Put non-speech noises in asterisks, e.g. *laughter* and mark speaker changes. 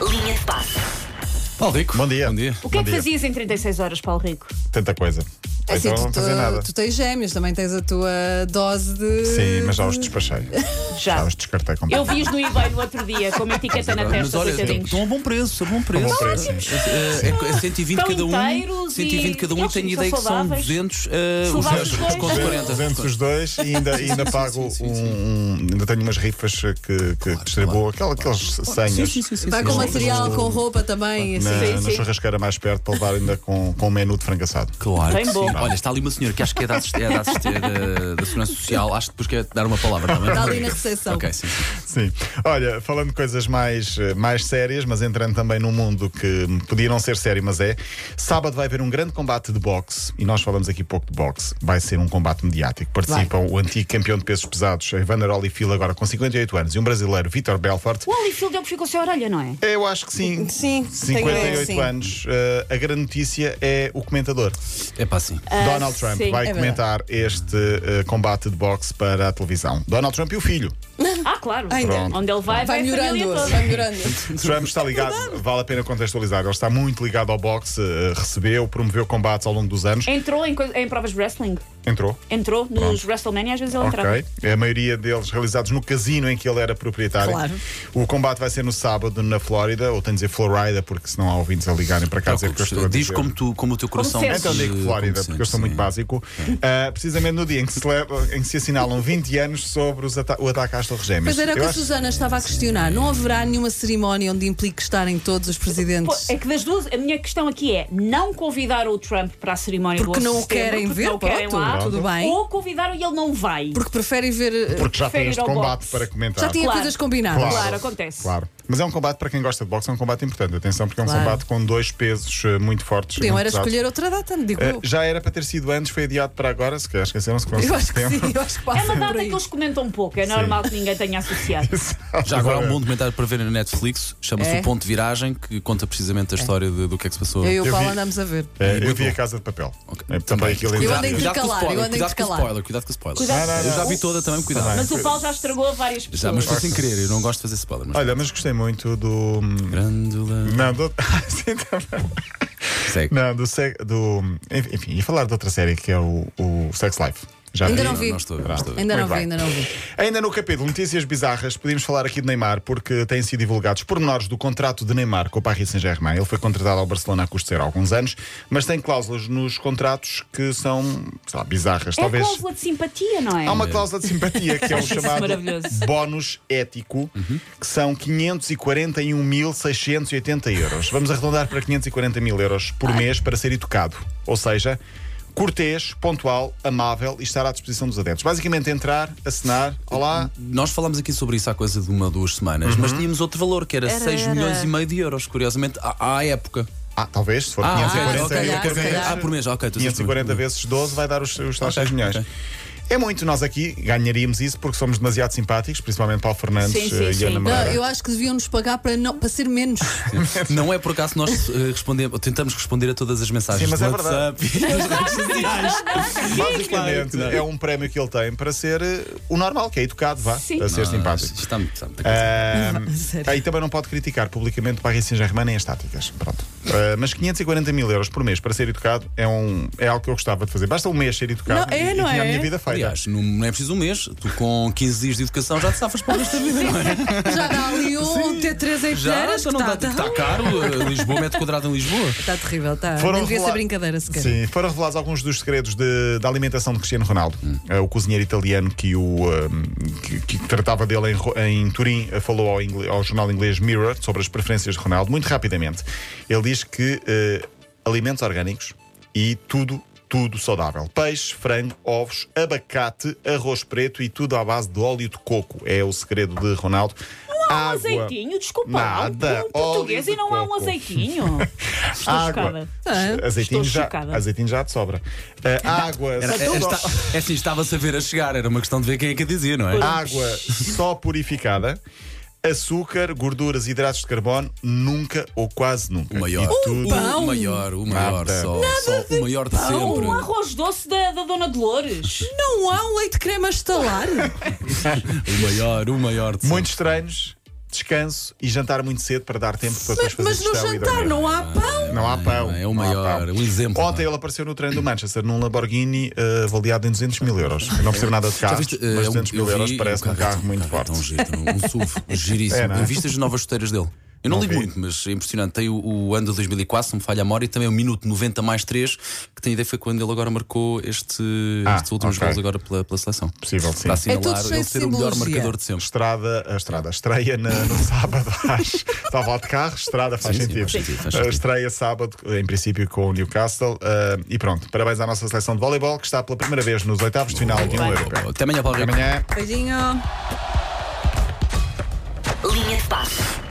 Speaker 1: Linha de passe.
Speaker 2: Paulo Rico.
Speaker 3: Bom dia.
Speaker 2: Bom dia.
Speaker 1: O que é
Speaker 3: Bom
Speaker 1: que
Speaker 3: dia.
Speaker 1: fazias em 36 horas, Paulo Rico?
Speaker 3: Tanta coisa.
Speaker 4: É assim,
Speaker 3: então
Speaker 4: tu,
Speaker 3: não fazia nada.
Speaker 4: tu, tu tens gêmeos, também tens a tua dose de.
Speaker 3: Sim, mas já os despachei.
Speaker 1: Já.
Speaker 3: os descartei
Speaker 1: Eu
Speaker 3: completamente.
Speaker 1: vi-os no eBay no outro dia, com uma etiqueta na
Speaker 2: Mas
Speaker 1: testa,
Speaker 2: olha, então,
Speaker 1: coitadinhos.
Speaker 2: estão a bom preço, a bom preço.
Speaker 3: bom preço.
Speaker 2: É, é, é 120
Speaker 1: Estão
Speaker 2: cada um.
Speaker 1: inteiros
Speaker 2: 120
Speaker 1: e
Speaker 2: cada um
Speaker 1: eles
Speaker 2: tenho
Speaker 1: são
Speaker 2: ideia que são
Speaker 1: saudáveis.
Speaker 2: 200 uh, os
Speaker 1: Saudáveis
Speaker 2: dois,
Speaker 1: os
Speaker 2: os
Speaker 1: dois.
Speaker 2: contos 40.
Speaker 3: 200 os dois e ainda, ainda
Speaker 2: sim,
Speaker 3: pago
Speaker 2: sim, sim.
Speaker 3: um, um- Ainda tenho umas rifas eh, que, que distribuo, aquela- aqueles
Speaker 2: Sim,
Speaker 3: senhas
Speaker 2: sim, sim, sim,
Speaker 4: Vai
Speaker 2: sim,
Speaker 4: com
Speaker 2: sim.
Speaker 4: material, com roupa também.
Speaker 3: na,
Speaker 4: assim.
Speaker 1: Sim,
Speaker 3: na
Speaker 1: sim.
Speaker 3: churrasqueira mais perto para levar ainda com, com um menu de frango assado.
Speaker 2: Claro.
Speaker 1: Bem
Speaker 2: que
Speaker 1: bom.
Speaker 2: sim. Olha, está ali uma senhora que acho que é da, assist- é da, assist- é da, da Segurança Social. Acho que depois quer dar uma palavra também.
Speaker 4: Está ali na recepção.
Speaker 2: Ok, sim. sim.
Speaker 3: Sim. Olha, falando de coisas mais, eh, mais sérias, mas entrando também num mundo que podia não ser sério, mas é. Sábado vai haver um grande combate de boxe, e nós falamos aqui pouco de boxe. Vai ser um combate mediático. Participam o antigo campeão de pesos pesados, Evander Holyfield, agora com 58 anos, e um brasileiro, Vitor Belfort.
Speaker 1: O Holyfield é o que ficou sem a orelha, não é?
Speaker 3: Eu acho que sim.
Speaker 4: Sim, tenho
Speaker 3: 58
Speaker 4: ideia, sim.
Speaker 3: anos. Eh, a grande notícia é o comentador.
Speaker 2: É pá, sim.
Speaker 3: Donald Trump
Speaker 1: sim,
Speaker 3: vai
Speaker 4: é
Speaker 3: comentar este eh, combate de boxe para a televisão. Donald Trump e o filho.
Speaker 1: Ah, claro.
Speaker 4: Ainda.
Speaker 3: Pronto.
Speaker 1: Onde ele vai,
Speaker 4: Vai
Speaker 1: vai, a família
Speaker 4: melhorando,
Speaker 1: toda.
Speaker 4: vai melhorando.
Speaker 3: *laughs* Trump está ligado, vale a pena contextualizar. Ele está muito ligado ao boxe, eh, recebeu, promoveu combates ao longo dos anos.
Speaker 1: Entrou em, coi- em provas de wrestling.
Speaker 4: É.
Speaker 3: Entrou.
Speaker 1: Entrou nos WrestleMania, às vezes ele entrava.
Speaker 3: Ok. A maioria deles realizados no casino em que ele era proprietário.
Speaker 4: Claro.
Speaker 3: O combate vai ser no sábado na Flórida, ou tenho de dizer Florida, porque senão há ouvintes a ligarem para cá dizer que eu estou a
Speaker 2: Diz
Speaker 3: dizer.
Speaker 2: como, tu, como o teu coração.
Speaker 1: sentes.
Speaker 3: Então digo
Speaker 2: te-
Speaker 3: Flórida,
Speaker 2: como
Speaker 3: porque eu
Speaker 2: sentes,
Speaker 3: sou muito
Speaker 2: sim. É.
Speaker 3: básico. Ah, precisamente no dia em que se, leva- em que se assinalam 20 anos sobre os ata- o ataque às Torres Gêmeas.
Speaker 4: Mas era o que
Speaker 3: Eu
Speaker 4: a
Speaker 3: acho-
Speaker 4: Susana estava a questionar. Não haverá nenhuma cerimónia onde implique estarem todos os
Speaker 1: Pô,
Speaker 4: presidentes.
Speaker 1: é que das duas, a minha questão aqui é não convidar o Trump para a cerimónia
Speaker 4: Porque
Speaker 1: do 11
Speaker 4: não
Speaker 1: de
Speaker 4: o querem
Speaker 1: setembro, porque
Speaker 4: ver,
Speaker 1: não o querem
Speaker 4: pronto,
Speaker 1: lá,
Speaker 4: tudo bem.
Speaker 1: Ou convidaram e ele não vai.
Speaker 4: Porque preferem ver. eh,
Speaker 3: Porque já tem este
Speaker 1: Prefiro ao
Speaker 3: combate
Speaker 1: boxe.
Speaker 3: para comentar.
Speaker 4: Já tinha
Speaker 1: Claro.
Speaker 4: coisas combinadas.
Speaker 3: Claro.
Speaker 1: Claro, acontece.
Speaker 3: Claro. Mas é um combate para quem gosta de boxe, é um combate importante. Atenção, porque é um
Speaker 4: Claro.
Speaker 3: combate com dois pesos eh, muito fortes.
Speaker 4: Podiam
Speaker 3: muito
Speaker 4: era
Speaker 3: pesados.
Speaker 4: escolher outra data, digo
Speaker 3: Eh,
Speaker 4: eu.
Speaker 3: já era para ter sido antes, foi adiado para agora, se calhar esqueceram-se que não
Speaker 4: *laughs* Eu
Speaker 3: se
Speaker 4: acho que
Speaker 3: tem
Speaker 4: sim,
Speaker 3: tempo.
Speaker 4: eu acho que
Speaker 1: É
Speaker 4: passa
Speaker 1: uma data
Speaker 4: por aí.
Speaker 1: que eles comentam pouco, é normal que ninguém tenha associado.
Speaker 3: *laughs*
Speaker 2: Já agora há um bom documentário para ver na Netflix, chama-se
Speaker 4: É.
Speaker 2: O Ponto de Viragem, que conta precisamente a história de- do que é que se passou.
Speaker 4: Eu e
Speaker 3: Eu
Speaker 4: o Paulo
Speaker 3: vi-
Speaker 4: andamos a ver.
Speaker 3: Eh, eu
Speaker 2: é Muito
Speaker 3: vi
Speaker 2: bom.
Speaker 3: a Casa de Papel.
Speaker 2: Ok.
Speaker 3: Eh, Também aquilo
Speaker 4: Eu
Speaker 3: entrava-
Speaker 4: andei
Speaker 2: Cuidado com o
Speaker 4: intercalar, eu
Speaker 2: spoiler, cuidado
Speaker 4: andei
Speaker 2: com o
Speaker 4: intercalar.
Speaker 2: spoiler, cuidado com o spoiler.
Speaker 1: Cuidado.
Speaker 3: Não, não,
Speaker 2: Eu já
Speaker 3: não.
Speaker 2: vi toda também, cuidado.
Speaker 3: Também.
Speaker 1: Mas o Paulo já estragou a várias pessoas. É
Speaker 2: Já, mas foi sem querer, eu não gosto de fazer spoiler. Mas...
Speaker 3: Olha, mas gostei muito do. hum,
Speaker 2: Grândula.
Speaker 3: Não, do. *laughs* Sim, também.
Speaker 2: Segue.
Speaker 3: Não, do, sec- do. hum, Enfim, ia falar de outra série que é o, o Sex Life. Já
Speaker 4: Ainda
Speaker 3: vi?
Speaker 4: não vi.
Speaker 2: Não estou a ver, não estou a ver.
Speaker 4: Ainda não
Speaker 3: Muito bem.
Speaker 4: vi, ainda não vi.
Speaker 3: Ainda no capítulo Notícias Bizarras, podíamos falar aqui de Neymar, porque têm sido divulgados pormenores do contrato de Neymar com o Paris Saint-Germain. Ele foi contratado ao Barcelona a custo zero há alguns anos, mas tem cláusulas nos contratos que são, sei lá, bizarras.
Speaker 1: É
Speaker 3: Talvez.
Speaker 1: cláusula de simpatia, não é?
Speaker 3: Há uma cláusula de simpatia que é o
Speaker 1: *laughs* Acho isso
Speaker 3: chamado
Speaker 1: maravilhoso. Uhum.
Speaker 3: bónus ético, que são 541.680 euros. Vamos arredondar para 540 mil euros por mês para ser educado. Ou seja, cortês, pontual, amável e estar à disposição dos adeptos. Basicamente, entrar, assinar, olá.
Speaker 2: Nós falámos aqui sobre isso há coisa de uma ou duas semanas, mas
Speaker 3: Uhum.
Speaker 2: tínhamos outro valor que era,
Speaker 4: Era,
Speaker 2: 6
Speaker 4: era.
Speaker 2: milhões e meio de euros, curiosamente, à, à época.
Speaker 3: Ah, talvez, se for
Speaker 2: Ah,
Speaker 3: 540
Speaker 2: ok,
Speaker 3: mil
Speaker 4: calhar,
Speaker 3: por
Speaker 4: se
Speaker 3: mês.
Speaker 4: calhar.
Speaker 2: Ah, por mês, ok, tu disseste
Speaker 3: 540
Speaker 2: bem.
Speaker 3: vezes 12 vai dar os, os tais
Speaker 2: Ok,
Speaker 3: 6 milhões.
Speaker 2: ok.
Speaker 3: É muito, nós aqui ganharíamos isso porque somos demasiado simpáticos, principalmente Paulo Fernandes
Speaker 1: Sim, sim,
Speaker 3: eh,
Speaker 1: sim.
Speaker 3: e Ana
Speaker 1: Não,
Speaker 4: Não,
Speaker 3: Moreira.
Speaker 4: eu acho que deviam nos pagar para, não, para
Speaker 3: *laughs*
Speaker 4: ser menos.
Speaker 2: Não é por acaso nós eh, respondemos, tentamos responder a todas as mensagens
Speaker 3: Sim, mas
Speaker 2: do
Speaker 3: é
Speaker 2: WhatsApp.
Speaker 3: *laughs* Basicamente,
Speaker 2: Claro que
Speaker 3: é um prémio que ele tem para ser eh, o normal, que é educado, vá,
Speaker 1: Sim.
Speaker 3: a ser simpático.
Speaker 2: Isto Está muito, está muito
Speaker 3: Eh, Ahm,
Speaker 4: Sério.
Speaker 3: aí também não pode criticar publicamente o Paris Saint-Germain nem as táticas. Pronto. Ah, mas 540 mil euros por mês para ser educado é, um, é algo que eu gostava de fazer. Basta um mês ser educado
Speaker 4: Não, é,
Speaker 3: e,
Speaker 4: não
Speaker 3: e tinha a
Speaker 4: é?
Speaker 3: minha vida feita.
Speaker 2: Aliás, não, não é preciso um mês, tu com 15 dias de educação já te safas para o resto da vida, não é?
Speaker 4: Já dá ali um T3 em
Speaker 2: Já,
Speaker 4: Pinheiras,
Speaker 2: já
Speaker 1: Então
Speaker 4: que
Speaker 2: não
Speaker 4: está,
Speaker 2: dá,
Speaker 4: está,
Speaker 2: está caro, eh, Lisboa, metro quadrado em Lisboa.
Speaker 4: está Tá terrível. Está.
Speaker 3: Foram
Speaker 4: Não devia ser
Speaker 3: revela-
Speaker 4: brincadeira sequer.
Speaker 3: Sim, foram revelados alguns dos segredos de- da alimentação de Cristiano Ronaldo. Eh, o cozinheiro italiano que o ehm, que, que tratava dele em, Ro- em Turim eh, falou ao, ingle- ao jornal inglês Mirror sobre as preferências de Ronaldo muito rapidamente. Ele diz que eh, alimentos orgânicos e tudo tudo saudável. Peixe, frango, ovos, abacate, arroz preto e tudo à base de óleo de coco. É o segredo de Ronaldo.
Speaker 1: Um
Speaker 3: Água.
Speaker 1: azeitinho, desculpa.
Speaker 3: Nada.
Speaker 1: Há um português
Speaker 3: Óleo de
Speaker 1: e não há um
Speaker 3: coco. *laughs*
Speaker 1: azeitinho. Estou chocada.
Speaker 3: Água.
Speaker 4: Ah,
Speaker 3: Azeitinho
Speaker 1: estou
Speaker 3: já,
Speaker 1: chocada.
Speaker 3: azeitinho já te sobra. Eh, água.
Speaker 2: Era, era, esta- é assim, estava-se a ver a chegar, era uma questão de ver quem é que a dizia, não é?
Speaker 3: água só purificada, açúcar, gorduras e hidratos de carbono, nunca ou quase nunca.
Speaker 2: O maior.
Speaker 1: Um
Speaker 3: E tudo-
Speaker 2: O maior, o maior
Speaker 3: Nada.
Speaker 2: só. só o maior de sempre.
Speaker 1: Um arroz doce da, da Dona Dolores.
Speaker 4: Não há um leite creme a estalar.
Speaker 2: O maior, o maior de sempre.
Speaker 3: Muitos treinos. descanso e jantar muito cedo para dar tempo para depois
Speaker 4: Mas,
Speaker 3: fazer
Speaker 4: mas no
Speaker 3: digestão e
Speaker 4: jantar
Speaker 3: dormir.
Speaker 4: não há pão.
Speaker 3: Não há pão.
Speaker 2: É o
Speaker 3: não há
Speaker 2: maior,
Speaker 3: pão.
Speaker 2: o exemplo,
Speaker 3: Ontem
Speaker 2: não é?
Speaker 3: ele apareceu no treino do Manchester, num Lamborghini eh, avaliado em 200 mil euros. Eu não percebo nada de carros,
Speaker 2: viste, eh,
Speaker 3: mas
Speaker 2: um-
Speaker 3: 200
Speaker 2: eu
Speaker 3: mil
Speaker 2: vi
Speaker 3: euros
Speaker 2: o
Speaker 3: parece um
Speaker 2: é tão-
Speaker 3: carro muito
Speaker 2: o carro é
Speaker 3: forte.
Speaker 2: tão giro, um SUV giríssimo.
Speaker 3: *laughs* É, não é?
Speaker 2: Eu viste as novas chuteiras dele. Eu não,
Speaker 3: Não
Speaker 2: ligo
Speaker 3: vi.
Speaker 2: muito, mas é impressionante. Tem o, o ano de 2004, se não me falha a memória, e também o minuto 90 mais 3, que tem ideia foi quando ele agora marcou este,
Speaker 3: Ah,
Speaker 2: estes últimos
Speaker 3: ok.
Speaker 2: gols agora pela, pela seleção.
Speaker 3: Possível, sim.
Speaker 2: Para
Speaker 4: É tudo
Speaker 2: assinalar
Speaker 4: cheio
Speaker 2: ele
Speaker 4: de
Speaker 2: ser o melhor
Speaker 4: simbologia.
Speaker 2: marcador de sempre.
Speaker 3: Estrada, a estrada estreia na- no *laughs* sábado às. Estava lá de carro, estrada faz
Speaker 2: Sim, sim,
Speaker 3: sentido.
Speaker 2: faz sentido, faz sentido.
Speaker 3: Uh, Estreia sábado, em princípio, com o Newcastle. uh, e pronto, parabéns à nossa seleção de voleibol, que está pela primeira vez nos oitavos de final de um europeu.
Speaker 2: Até amanhã, Paulo Rico.
Speaker 3: Amanhã.
Speaker 4: Beijinho.
Speaker 5: Linha de passe.